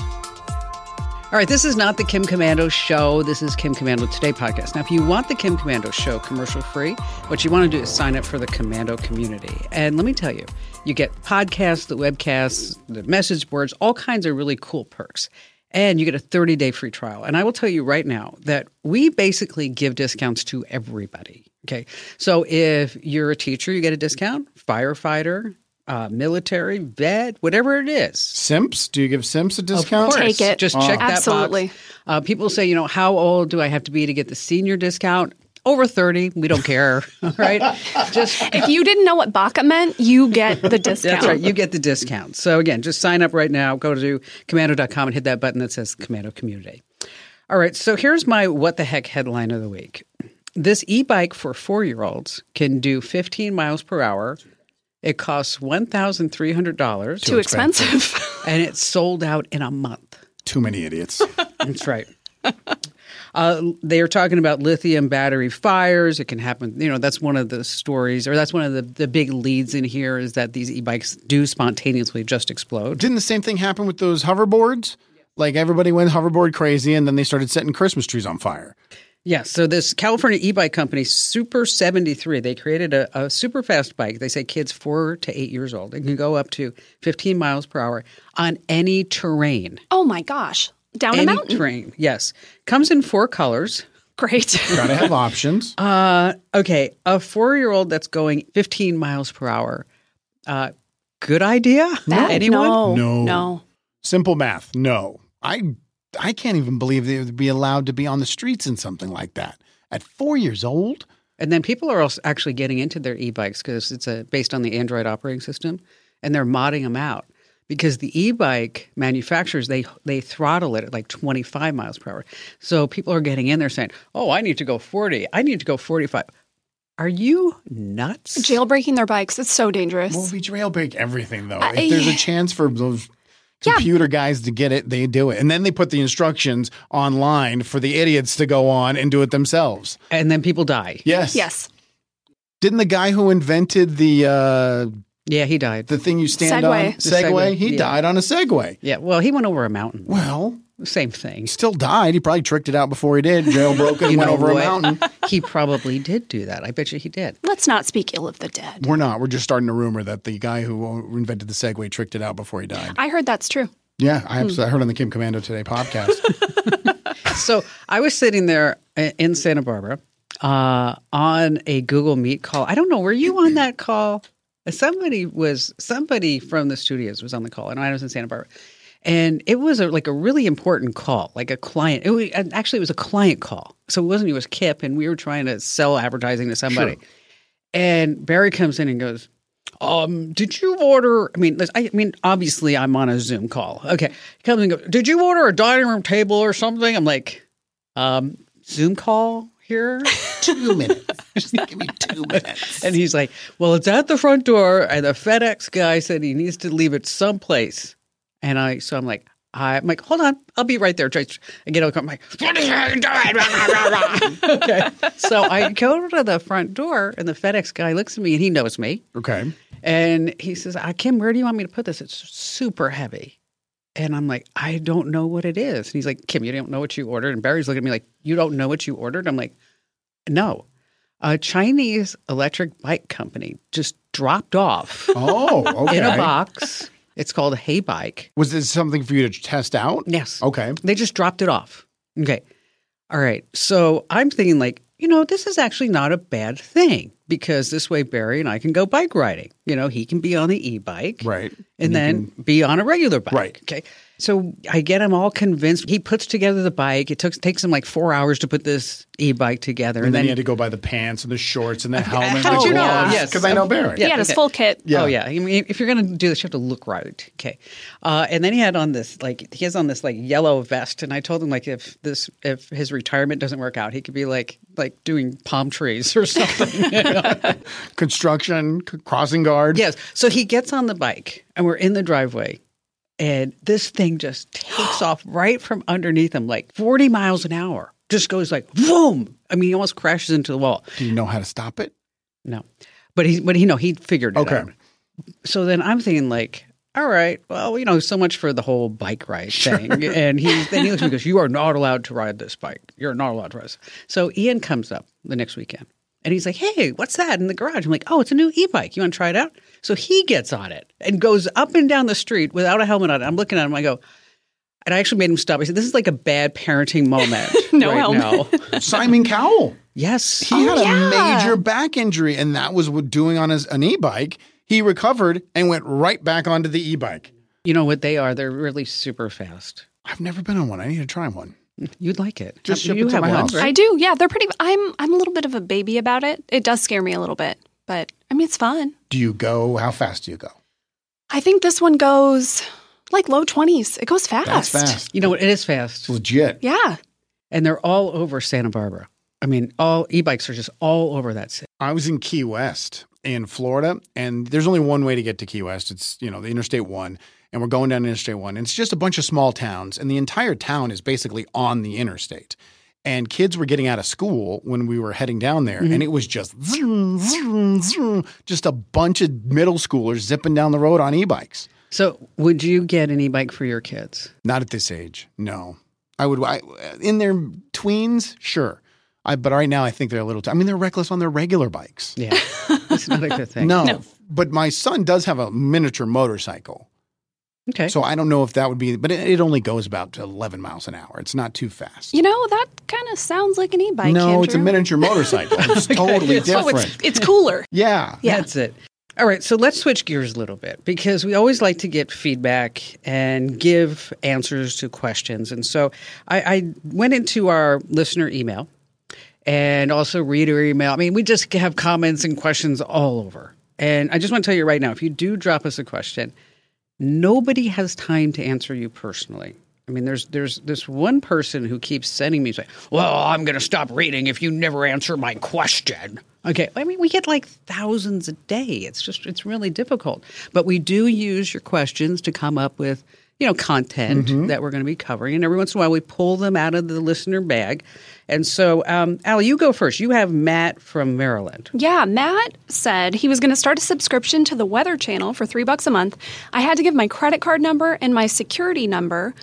S1: All right, this is not the Kim Commando show. This is Kim Commando Today podcast. Now, if you want the Kim Commando show commercial free, what you want to do is sign up for the Commando community. And let me tell you, you get podcasts, the webcasts, the message boards, all kinds of really cool perks. And you get a 30 day free trial. And I will tell you right now that we basically give discounts to everybody. Okay. So if you're a teacher, you get a discount, firefighter, uh, military, vet, whatever it is.
S2: Simps? Do you give Simps a discount?
S1: Of course.
S3: Take it.
S1: Just check that
S3: Absolutely.
S1: box. Uh, people say, you know, how old do I have to be to get the senior discount? Over 30, we don't care, right? Just
S3: If you didn't know what baka meant, you get the discount.
S1: that's right, you get the discount. So again, just sign up right now, go to commando.com and hit that button that says Commando Community. All right, so here's my what the heck headline of the week. This e-bike for 4-year-olds can do 15 miles per hour. It costs $1,300
S3: Too expensive.
S1: and it's sold out in a month.
S2: Too many idiots.
S1: That's right. Uh, they are talking about lithium battery fires. It can happen. You know, that's one of the stories, or that's one of the, the big leads in here is that these e bikes do spontaneously just explode.
S2: Didn't the same thing happen with those hoverboards? Like everybody went hoverboard crazy and then they started setting Christmas trees on fire.
S1: Yeah. So, this California e bike company, Super 73, they created a, a super fast bike. They say kids four to eight years old. It can go up to 15 miles per hour on any terrain.
S3: oh my gosh. Down
S1: any
S3: a mountain.
S1: terrain. Yes. Comes in four colors.
S3: Great.
S2: Gotta have options.
S1: Uh, okay, a four-year-old that's going 15 miles per hour. Uh, good idea.
S3: That-
S1: Anyone?
S3: No.
S2: No.
S3: No.
S2: Simple math. No. I I can't even believe they would be allowed to be on the streets in something like that. At four years old?
S1: And then people are also actually getting into their e-bikes because it's a, based on the Android operating system, and they're modding them out because the e-bike manufacturers they they throttle it at like 25 miles per hour. So people are getting in there saying, "Oh, I need to go 40. I need to go 45." Are you nuts?
S3: Jailbreaking their bikes. It's so dangerous.
S2: Well, we jailbreak everything though.
S3: I-
S2: if there's a chance for those computer guys to get it, they do it. And then they put the instructions online for the idiots to go on and do it themselves.
S1: And then people die.
S2: Yes.
S3: yes.
S2: Didn't the guy who invented the uh,
S1: Yeah, he died.
S2: the thing you stand
S3: Segway.
S2: on
S1: The
S2: Segway,
S1: Segway,
S2: he
S1: yeah.
S2: died on a Segway.
S1: yeah, well, he went over a mountain.
S2: Well,
S1: Same thing.
S2: he still died. He probably tricked it out before he did. Jailbroke it and
S1: You
S2: went
S1: know
S2: over
S1: what?
S2: a mountain.
S1: he probably did do that. I bet you he did.
S3: Let's not speak ill of the dead.
S2: We're not. We're just starting a rumor that the guy who invented the Segway tricked it out before he died.
S3: I heard that's true.
S2: Yeah, I, abs- I heard on the Kim Commando Today podcast.
S1: So I was sitting there i- in Santa Barbara uh, on a Google Meet call. I don't know. Were you on that call? Somebody was. Somebody from the studios was on the call, and I was in Santa Barbara. And it was a, like a really important call, like a client. It was, and actually, it was a client call. So it wasn't. It was Kip, and we were trying to sell advertising to somebody. And Barry comes in and goes, um, did you order? I mean, I mean, obviously, I'm on a Zoom call. Okay, he comes and goes. Did you order a dining room table or something? I'm like, um, Zoom call here.
S2: two minutes. Just give me two minutes.
S1: And he's like, Well, it's at the front door, and the FedEx guy said he needs to leave it someplace. And I, so I'm like, I, am like, hold on, I'll be right there. Just- I get out, I'm like, what are you doing? okay. So I go to the front door, and the FedEx guy looks at me, and he knows me.
S2: Okay.
S1: And he says, "Ah, Kim, where do you want me to put this? It's super heavy. And I'm like, I don't know what it is. And he's like, Kim, you don't know what you ordered. And Barry's looking at me like, you don't know what you ordered? I'm like, no. A Chinese electric bike company just dropped off
S2: Oh, okay.
S1: in a box. It's called Hey Bike.
S2: Was this something for you to test out?
S1: Yes.
S2: Okay.
S1: They just dropped it off. Okay. All right. So I'm thinking, like, you know, this is actually not a bad thing because this way Barry and I can go bike riding. You know, he can be on the e bike.
S2: Right.
S1: And then be on a regular bike.
S2: Right.
S1: Okay. So I get him all convinced. He puts together the bike. It took, takes him like four hours to put this e bike together.
S2: And, then, you had to go buy the pants and the shorts and the helmet.
S1: how
S2: and the
S1: would you know?
S2: gloves.
S1: Yes.
S2: Because I know Barry.
S1: Yeah,
S3: he had his
S1: okay.
S3: full kit.
S1: Oh yeah. I mean, if you're gonna do this, you have to look right. Okay. Uh, and then he had on this like he has on this like yellow vest, and I told him like if this if his retirement doesn't work out, he could be like like doing palm trees or something.
S2: Construction, c- crossing guard.
S1: yes. So he gets on the bike, and we're in the driveway, and this thing just takes off right from underneath him, like 40 miles an hour. Just goes like boom. I mean, he almost crashes into the wall.
S2: Do you know how to stop it?
S1: No, but he but he no he figured it
S2: Okay.
S1: out. So then I'm thinking like, all right, well, you know, so much for the whole bike ride thing. And he then he looks at me and goes, "You are not allowed to ride this bike. You're not allowed to ride." This. So Ian comes up the next weekend, and he's like, "Hey, what's that in the garage?" I'm like, "Oh, it's a new e-bike. You want to try it out?" So he gets on it and goes up and down the street without a helmet on. I'm looking at him. I go. And I actually made him stop. I said, "This is like a bad parenting moment
S3: No
S1: right
S3: helmet.
S1: now."
S2: Simon Cowell.
S1: Yes,
S2: He had a
S3: yeah.
S2: major back injury, and that was what doing on his an e-bike. He recovered and went right back onto the e-bike.
S1: you know what they are. They're really super fast.
S2: I've never been on one. I need to try one.
S1: You'd like it.
S2: Just
S1: Um,
S2: ship it to my house.
S3: I do. Yeah, they're pretty. I'm I'm a little bit of a baby about it. It does scare me a little bit, but I mean it's fun.
S2: Do you go? How fast do you go?
S3: I think this one goes like low twenties. It goes fast.
S2: That's fast.
S1: You know what? It is fast,
S2: It's legit.
S3: Yeah.
S1: and they're all over Santa Barbara. I mean, all e-bikes are just all over that city.
S2: I was in Key West in Florida, and there's only one way to get to Key West. It's, you know, the Interstate 1, and we're going down Interstate 1. And it's just a bunch of small towns, and the entire town is basically on the interstate. And kids were getting out of school when we were heading down there, and it was just zoom, zoom, zoom, just a bunch of middle schoolers zipping down the road on e bikes.
S1: So, would you get an e-bike for your kids?
S2: Not at this age, no. I would, I, in their tweens, sure. I, but right now, I think they're a little, t- I mean, they're reckless on their regular bikes.
S1: Yeah, it's not a good thing.
S2: No, but my son does have a miniature motorcycle,
S1: Okay.
S2: so I don't know if that would be. But it, it only goes about eleven miles an hour. It's not too fast.
S3: You know that kind of sounds like an e-bike.
S2: no, it's a
S3: Andrew.
S2: miniature motorcycle. It's totally
S3: Oh,
S2: different.
S3: it's it's cooler.
S2: yeah.
S3: Yeah.
S1: That's it. All right, so let's switch gears a little bit because we always like to get feedback and give answers to questions. And so I, I went into our listener email and also reader email. I mean, we just have comments and questions all over. And I just want to tell you right now if you do drop us a question, nobody has time to answer you personally. I mean, there's there's this one person who keeps sending me saying, "Well, I'm going to stop reading if you never answer my question." Okay, I mean, we get like thousands a day. It's just it's really difficult. But we do use your questions to come up with you know content
S2: Mm-hmm.
S1: that we're going to be covering, and every once in a while we pull them out of the listener bag. And so, um, Al, you go first. You have Matt from Maryland.
S3: Yeah, Matt said he was going to start a subscription to the Weather Channel for three bucks a month. I had to give my credit card number and my security number.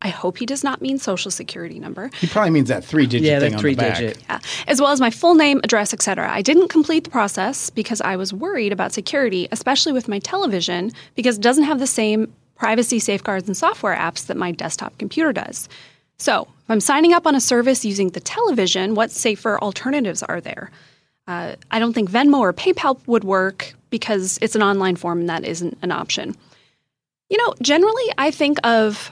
S3: I hope he does not mean social security number.
S2: He probably means that three digit
S1: Yeah,
S2: thing
S1: that
S2: on
S1: three
S2: the back.
S1: digit.
S3: Yeah, as well as my full name, address, etc. I didn't complete the process because I was worried about security, especially with my television, because it doesn't have the same privacy safeguards and software apps that my desktop computer does. So, if I'm signing up on a service using the television, what safer alternatives are there? Uh, I don't think Venmo or PayPal would work because it's an online form and that isn't an option. You know, generally, I think of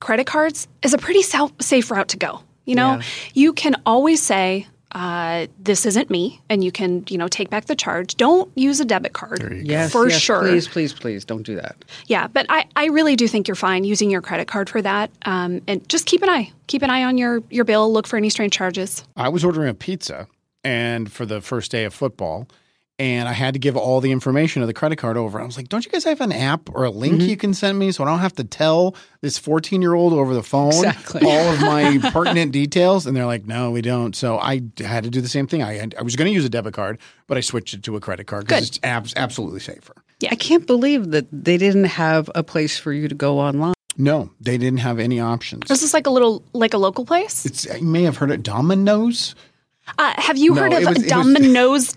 S3: credit cards is a pretty sou- safe route to go. You know, you can always say, uh, this isn't me, and you can, you know, take back the charge. Don't use a debit card
S1: Yes,
S3: for
S1: yes,
S3: sure.
S1: Please, please, please, don't do that.
S3: Yeah, but I, I really do think you're fine using your credit card for that. Um, and just keep an eye, keep an eye on your your bill. Look for any strange charges.
S2: I was ordering a pizza and for the first day of football. And I had to give all the information of the credit card over. I was like, don't you guys have an app or a link you can send me so I don't have to tell this 14 year old over the phone
S1: Exactly.
S2: all of my pertinent details? And they're like, no, we don't. So I d- had to do the same thing. I, had, I was going to use a debit card, but I switched it to a credit card because it's abs- absolutely safer.
S1: I can't believe that they didn't have a place for you to go online.
S2: No, they didn't have any options.
S3: This is like a little, like a local place.
S2: It's, you may have heard of Domino's.
S3: Uh, have you
S2: No,
S3: heard
S2: it
S3: of
S2: was- it was-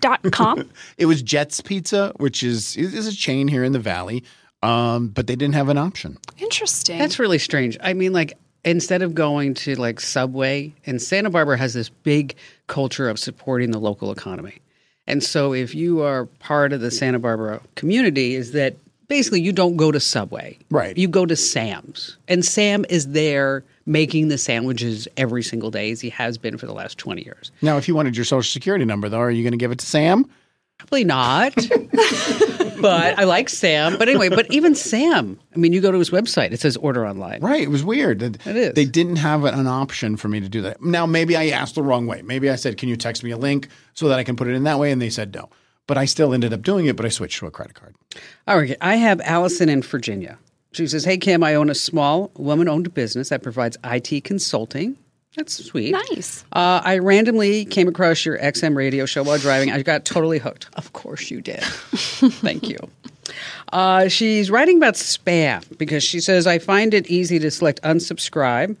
S3: dominoes.com?
S2: It was Jets Pizza, which is is a chain here in the valley, um, but they didn't have an option.
S3: Interesting.
S1: That's really strange. I mean, like, instead of going to like Subway, and Santa Barbara has this big culture of supporting the local economy. And so if you are part of the Santa Barbara community, is that basically you don't go to Subway.
S2: Right.
S1: You go to Sam's. And Sam is there making the sandwiches every single day as he has been for the last 20 years.
S2: Now, if you wanted your social security number, though, are you going to give it to Sam?
S1: Probably not. but I like Sam. But anyway, but even Sam, I mean, you go to his website, it says order online.
S2: Right. It was weird. It
S1: is.
S2: They didn't have an, an option for me to do that. Now, maybe I asked the wrong way. Maybe I said, "Can you text me a link so that I can put it in that way?" And they said no. But I still ended up doing it. But I switched to a credit card.
S1: All right. I have Allison in Virginia. She says, Hey, Kim, I own a small woman owned business that provides IT consulting. That's sweet.
S3: nice.
S1: Uh, I randomly came across your XM radio show while driving. I got totally hooked. Of course you did. Thank you. Uh, she's writing about spam because she says, I find it easy to select unsubscribe.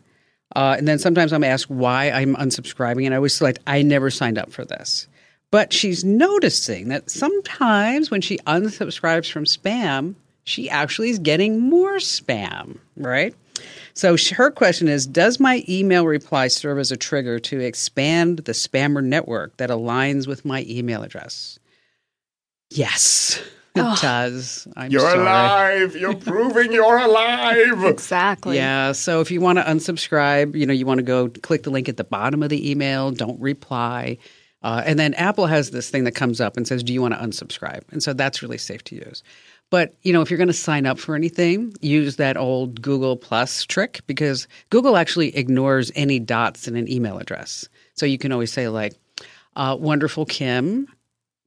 S1: Uh, and then sometimes I'm asked why I'm unsubscribing, and I always select, I never signed up for this. But she's noticing that sometimes when she unsubscribes from spam, she actually is getting more spam, right? So sh- her question is Does my email reply serve as a trigger to expand the spammer network that aligns with my email address? Yes, it does. I'm sorry.
S2: You're proving you're alive.
S3: Exactly.
S1: Yeah. So if you want to unsubscribe, you know, you want to go click the link at the bottom of the email, don't reply. Uh, and then Apple has this thing that comes up and says, Do you want to unsubscribe? And so that's really safe to use. But you know, if you're going to sign up for anything, use that old Google Plus trick because Google actually ignores any dots in an email address. So you can always say like, uh, "Wonderful Kim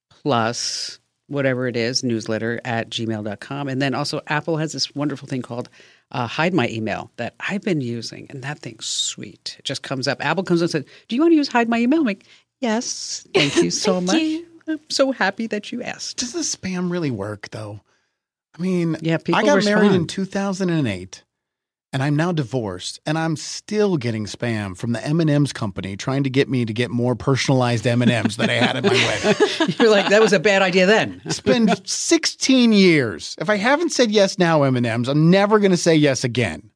S1: plus whatever it is newsletter at gmail.com and then also apple has this wonderful thing called uh, hide my email that i've been using and that thing's sweet it just comes up apple comes up and says do you want to use hide my email i'm like yes thank you so much
S3: you.
S1: i'm so happy that you asked
S2: Does the spam really work though? I mean,
S1: Yeah, people
S2: I got married in
S1: respond.
S2: 2008 and I'm now divorced and I'm still getting spam from the M&M's company trying to get me to get more personalized M&M's that I had at my wedding.
S1: you're like that was a bad idea then
S2: It's been 16 years. If I haven't said yes now M&M's, I'm never going to say yes again.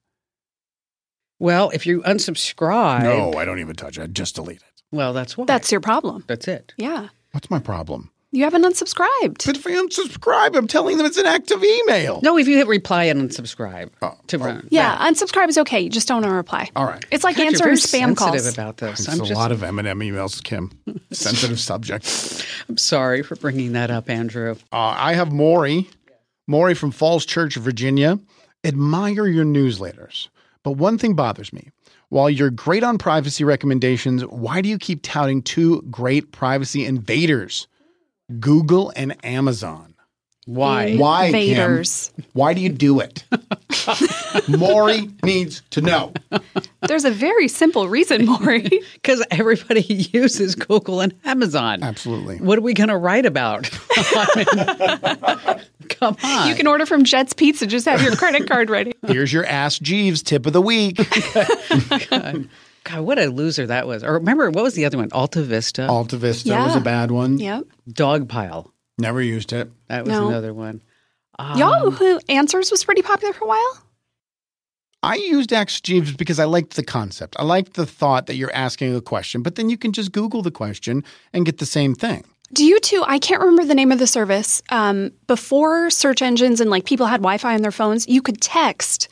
S1: well if you unsubscribe
S2: No, I don't even touch it. I just delete it.
S1: well that's why
S3: That's your problem.
S1: that's it
S3: Yeah.
S2: What's my problem?
S3: You haven't unsubscribed.
S2: But if I unsubscribe, I'm telling them it's an active email.
S1: no if you hit reply and unsubscribe
S2: Oh,
S1: to
S2: oh.
S1: run
S3: yeah, unsubscribe is okay. You just don't reply.
S2: All right.
S3: It's like
S1: God, you're
S3: answering
S1: very
S3: spam
S1: sensitive
S3: calls.
S1: about this
S2: It's
S1: i'm
S2: a
S1: just
S2: lot of M&M emails, Kim. Sensitive subject.
S1: I'm sorry for bringing that up andrew
S2: Uh, I have Maury, Maury from Falls Church, Virginia. Admire your newsletters. But one thing bothers me. While you're great on privacy recommendations, why do you keep touting two great privacy invaders, Google and Amazon?
S1: why
S2: Why, Kim?
S3: Mm, Invaders.
S2: Why do you do it? Maury needs to know.
S3: There's a very simple reason, Maury.
S1: Because everybody uses Google and Amazon.
S2: Absolutely.
S1: What are we going to write about? I mean, come on.
S3: you can order from Jets Pizza. Just have your credit card ready.
S2: Here's your Ask Jeeves tip of the week.
S1: God, what a loser that was. Or remember, what was the other one? Alta Vista,
S2: Alta Vista was
S3: Yeah.
S2: a bad one.
S3: Yep.
S1: Dogpile.
S2: Never used it.
S1: That was
S3: No.
S1: another one.
S3: Ah. Yahoo Answers was pretty popular for a while.
S2: I used Ask Jeeves because I liked the concept. I liked the thought that you're asking a question, but then you can just Google the question and get the same thing.
S3: Do you too? I can't remember the name of the service. Um, before search engines and like people had Wi Fi on their phones, you could text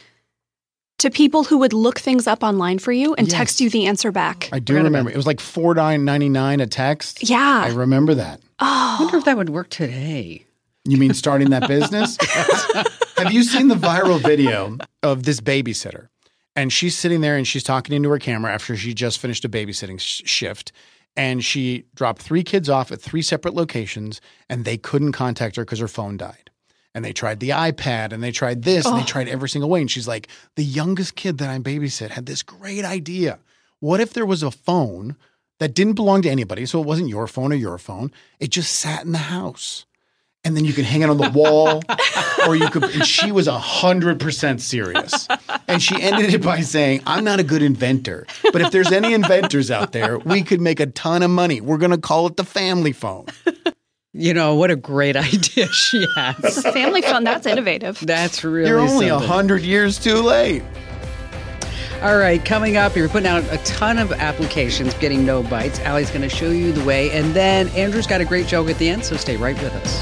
S3: to people who would look things up online for you and text you the answer back.
S2: I do remember it was like four nine ninety nine a text. I
S3: yeah. Oh.
S2: remember that.
S1: I wonder if that would work today.
S2: You mean starting that business? Have you seen the viral video of this babysitter? And she's sitting there and she's talking into her camera after she just finished a babysitting sh- shift. and she dropped three kids off at three separate locations and they couldn't contact her because her phone died and they tried the ipad and they tried this and they tried every single way and she's like the youngest kid that i babysat had this great idea what if there was a phone that didn't belong to anybody so it wasn't your phone or your phone it just sat in the house and then you can hang it on the wall or you could and she was 100% serious and she ended it by saying i'm not a good inventor but if there's any inventors out there we could make a ton of money we're going to call it the family phone
S1: You know, what a great idea she has.
S3: The family phone, that's innovative.
S1: That's really
S2: you're only a
S1: something.
S2: 100 years too late
S1: All right, coming up, you're putting out a ton of applications, getting no bites. Allie's going to show you the way, and then Andrew's got a great joke at the end, so stay right with us.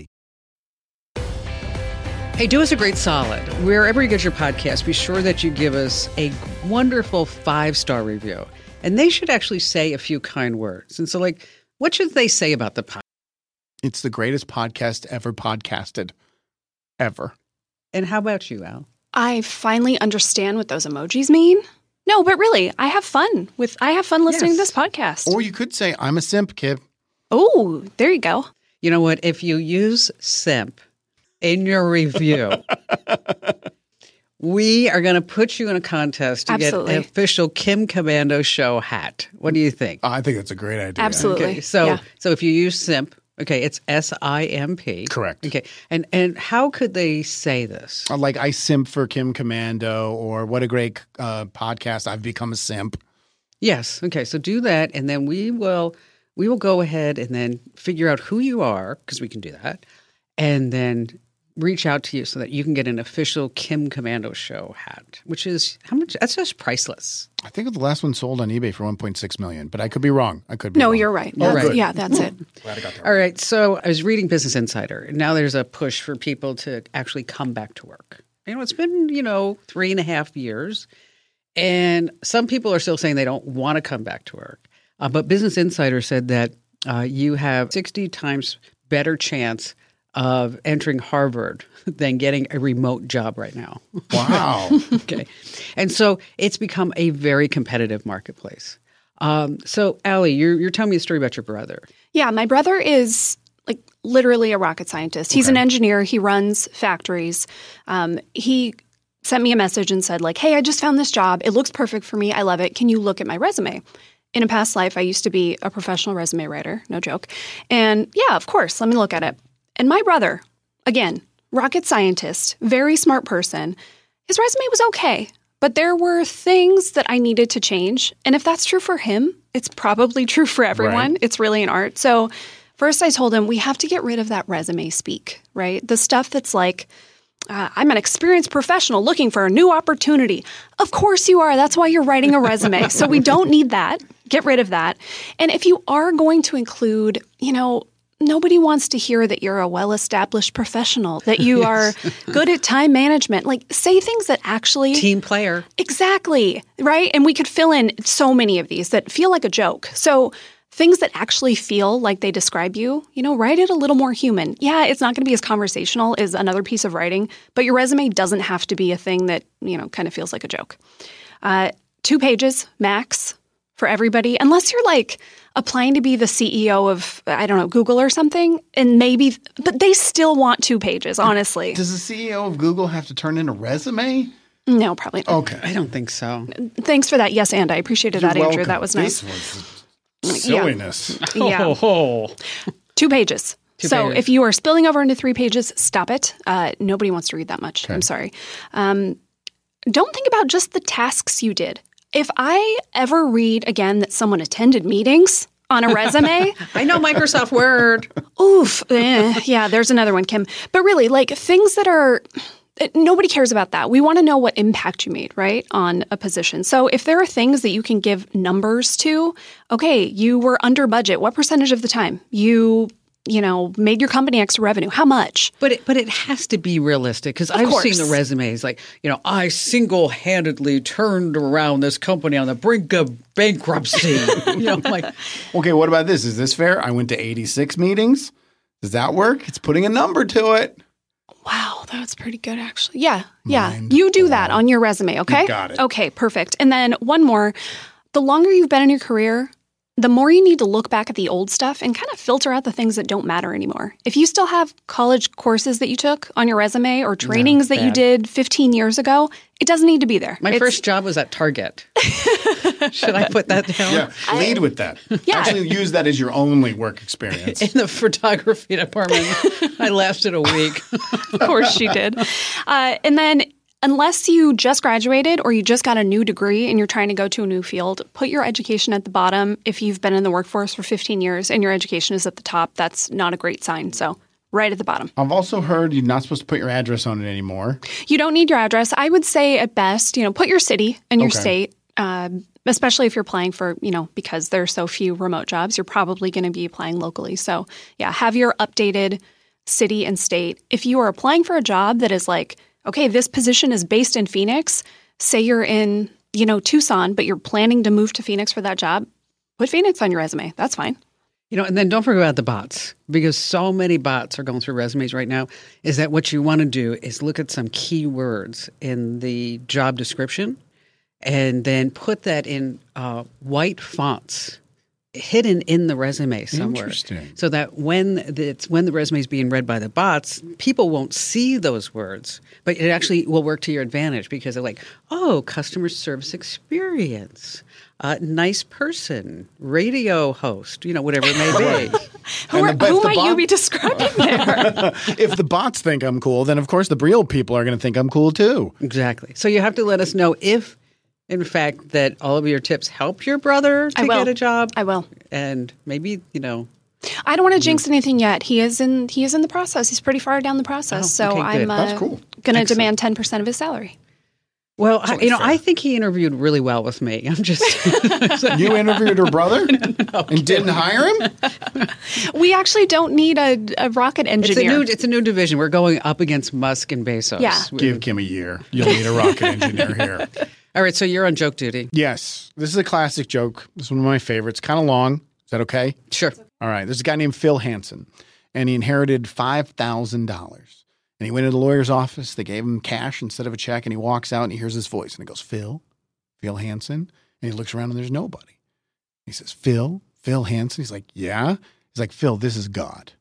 S1: Hey, do us a great solid. Wherever you get your podcast, be sure that you give us a wonderful five star review. And they should actually say a few kind words. And so, like, what should they say about the podcast?
S2: it's the greatest podcast ever podcasted ever
S1: And how about you, Al?
S3: I finally understand what those emojis mean. No, but really, I have fun with I have fun listening
S1: Yes.
S3: to this podcast.
S2: or you could say i'm a simp kid
S3: oh, there you go.
S1: You know what? If you use simp in your review, we are going to put you in a contest to
S3: Absolutely.
S1: get an official Kim Commando show hat. What do you think?
S2: i think that's a great idea
S3: Absolutely.
S1: Okay, so
S3: Yeah.
S1: so if you use simp, okay, it's S I M P.
S2: Correct.
S1: Okay, and and how could they say this?
S2: Uh, like i simp for kim commando or what a great uh, podcast i've become a simp
S1: Yes. Okay. So do that, and then we will we will go ahead and then figure out who you are because we can do that, and then reach out to you so that you can get an official Kim Commando show hat, which is how much? That's just priceless.
S2: I think the last one sold on eBay for 1.6 million, but I could be wrong. I could be
S3: No,
S2: wrong.
S3: you're right.
S2: Oh,
S3: That's-
S2: good.
S3: Yeah, that's it.
S1: All right. So I was reading Business Insider, and now there's a push for people to actually come back to work. You know, it's been, you know, three and a half years, and some people are still saying they don't want to come back to work. Uh, but Business Insider said that uh, you have 60 times better chance of entering Harvard than getting a remote job right now.
S2: Wow.
S1: okay. And so it's become a very competitive marketplace. Um, so, Allie, you're, you're telling me a story about your brother.
S3: Yeah, my brother is like literally a rocket scientist. He's an engineer. He runs factories. Um, he sent me a message and said like, "Hey, I just found this job. It looks perfect for me. I love it. Can you look at my resume?" In a past life, I used to be a professional resume writer, no joke. And yeah, of course, let me look at it. And my brother, again, rocket scientist, very smart person. His resume was okay, but there were things that I needed to change. And if that's true for him, it's probably true for everyone. It's really an art. So, first I told him we have to get rid of that resume speak, right? The stuff that's like, uh, I'm an experienced professional looking for a new opportunity. Of course you are. That's why you're writing a resume. so we don't need that. Get rid of that. And if you are going to include, you know, nobody wants to hear that you're a well established professional, that you are good at time management. Like, say things that actually.
S1: Team player.
S3: Exactly. Right. And we could fill in so many of these that feel like a joke. So things that actually feel like they describe you, you know, write it a little more human. Yeah, it's not going to be as conversational as another piece of writing, but your resume doesn't have to be a thing that, you know, kind of feels like a joke. Uh, two pages max for everybody, unless you're like applying to be the CEO of, I don't know, Google or something. And maybe, but they still want two pages, honestly.
S2: Does the CEO of Google have to turn in a resume?
S3: No, probably not.
S2: Okay.
S1: I don't think so.
S3: Thanks for that. Yes, and I appreciated that, Andrew.
S2: Oh. Welcome.
S3: That was nice.
S2: Oh, This Oh, was
S3: Yeah.
S2: silliness.
S3: Yeah.
S1: Oh.
S3: Oh. Two pages. so
S1: pages.
S3: if you are spilling over into three pages, stop it. Uh, nobody wants to read that much. I'm sorry. Um, don't think about just the tasks you did. If I ever read again that someone attended meetings on a resume,
S1: I know Microsoft Word.
S3: oof, eh, yeah, there's another one, Kim. But really, like things that are it- nobody cares about that. We want to know what impact you made, right, on a position. So if there are things that you can give numbers to, okay, you were under budget. What percentage of the time you, you know, made your company extra revenue? How much?
S1: But it, but it has to be realistic because I've seen the
S3: course.
S1: resumes like you know I single handedly turned around this company on the brink of bankruptcy. you know, I'm like
S2: Okay, what about this? Is this fair? I went to 86 meetings. Does that work? It's putting a number to it.
S3: Wow, that's pretty good, actually. Yeah, yeah. you do that on your resume, okay?
S2: got it.
S3: Okay, perfect. And then one more. The longer you've been in your career, the more you need to look back at the old stuff and kind of filter out the things that don't matter anymore. If you still have college courses that you took on your resume or trainings that you did 15 years ago, it doesn't need to be there.
S1: my
S3: It's-
S1: first job was at Target. Should I put that down?
S2: Yeah, lead with that.
S3: Yeah.
S2: Actually, use that as your only work experience.
S1: In the photography department, I lasted a week.
S3: of course she did. Uh, and then, unless you just graduated or you just got a new degree and you're trying to go to a new field, put your education at the bottom. If you've been in the workforce for 15 years and your education is at the top, that's not a great sign. So, right at the bottom.
S2: I've also heard you're not supposed to put your address on it anymore.
S3: You don't need your address. I would say at best, you know, put your city and your state. Um, especially if you're applying for, you know, because there are so few remote jobs, you're probably going to be applying locally. So, yeah, have your updated city and state. If you are applying for a job that is like, okay, this position is based in Phoenix, say you're in, you know, Tucson, but you're planning to move to Phoenix for that job, put Phoenix on your resume. That's fine.
S1: You know, and then don't forget about the bots because so many bots are going through resumes right now. Is that what you want to do is look at some keywords in the job description and then put that in uh, white fonts hidden in the resume somewhere.
S2: Interesting.
S1: So that when the, it's when the resume is being read by the bots, people won't see those words, but it actually will work to your advantage because they're like, "Oh, customer service experience." Uh, nice person, radio host, you know, whatever it may be.
S3: Who,
S2: And
S3: are,
S2: the best
S3: who
S2: of
S3: might you
S2: both?
S3: be describing there?
S2: if the bots think I'm cool, then of course the real people are going to think I'm cool too.
S1: exactly. So you have to let us know if, in fact, that all of your tips help your brother to
S3: I will.
S1: get a job.
S3: I will.
S1: And maybe, you know,
S3: I don't want to jinx anything yet. He is in he is in the process. He's pretty far down the process. so
S1: Oh, okay,
S3: I'm
S1: good.
S3: uh,
S2: That's cool.
S3: going to demand 10% of his salary.
S1: well, I, you know, I think he interviewed really well with me. I'm just,
S2: You interviewed her brother and didn't hire him?
S3: We actually don't need a, a rocket
S1: it's a
S3: engineer.
S1: new, it's a new division. We're going up against Musk and Bezos.
S3: Yeah.
S1: We-
S2: Give Kim a year. You'll need a rocket engineer here.
S1: All right. So you're on joke duty.
S2: Yes, this is a classic joke. This is one of my favorites. Kind of long. Is that okay?
S1: Sure.
S2: All right. There's a guy named Phil Hansen, and he inherited five thousand dollars. And he went into the lawyer's office. They gave him cash instead of a check, and he walks out and he hears his voice, and he goes, "Phil, Phil Hansen." And he looks around and there's nobody. He says, "Phil, Phil Hansen." He's like, "Yeah." He's like, "Phil, this is God."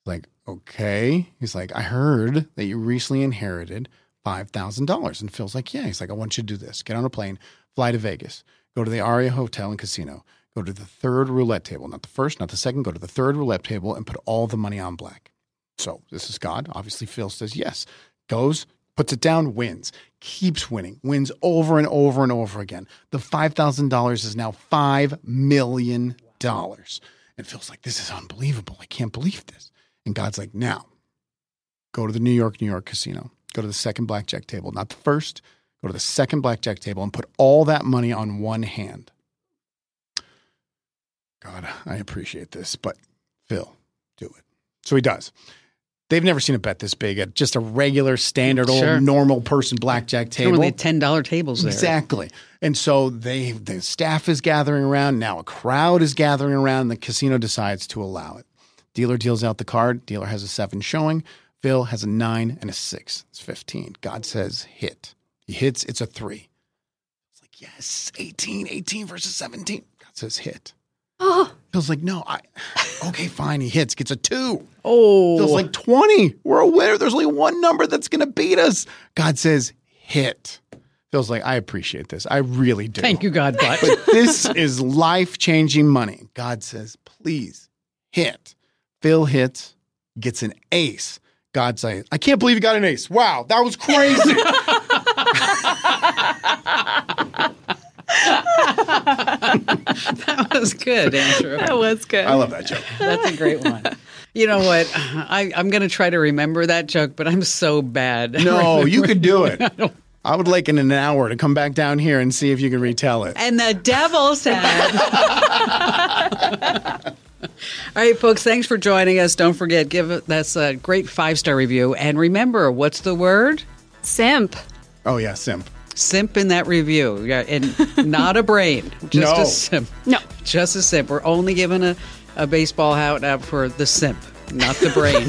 S2: He's like, "Okay." He's like, "I heard that you recently inherited five thousand dollars." And Phil's like, "Yeah." He's like, "I want you to do this. Get on a plane, fly to Vegas, go to the Aria Hotel and Casino, go to the third roulette table, not the first, not the second, go to the third roulette table and put all the money on black. So this is God. Obviously, Phil says yes, goes, puts it down, wins, keeps winning, wins over and over and over again. The $5,000 is now $5 million. And Phil's like, this is unbelievable. I can't believe this. And God's like, now go to the New York, New York casino, go to the second blackjack table, not the first, go to the second blackjack table and put all that money on one hand. God, I appreciate this, but Phil, do it. So he does. They've never seen a bet this big at just a regular, standard, old,
S1: Sure.
S2: normal person blackjack table.
S1: Normally $10 tables there.
S2: Exactly. And so they the staff is gathering around. Now a crowd is gathering around. And the casino decides to allow it. Dealer deals out the card. Dealer has a seven showing. Phil has a nine and a six. It's 15. God says hit. He hits. It's a three. It's like, yes, 18, 18 versus 17. God says hit.
S3: oh,
S2: Phil's like, no, I, okay, fine. He hits, gets a two.
S1: Oh,
S2: Phil's like 20. We're aware there's only one number that's going to beat us. God says, hit. Phil's like, I appreciate this. I really do.
S1: thank you, God. But
S2: But this is life changing money. God says, please hit. Phil hits, gets an ace. God says, I can't believe you got an ace. Wow, that was crazy.
S1: that was good, Andrew.
S3: that was good.
S2: I love that joke.
S1: That's a great one. You know what? I, I'm going to try to remember that joke, but I'm so bad. at
S2: No, you
S1: remembering-
S2: could do it. I would like in an hour to come back down here and see if you can retell it.
S1: And the devil said. All right, folks, thanks for joining us. Don't forget, give us a great five star review. And remember, what's the word?
S3: Simp.
S2: Oh yeah, simp.
S1: Simp in that review. Yeah, and not a brain, just
S2: No.
S1: a simp.
S3: No.
S1: Just a simp. We're only giving a, a baseball hat out for the simp, not the brain.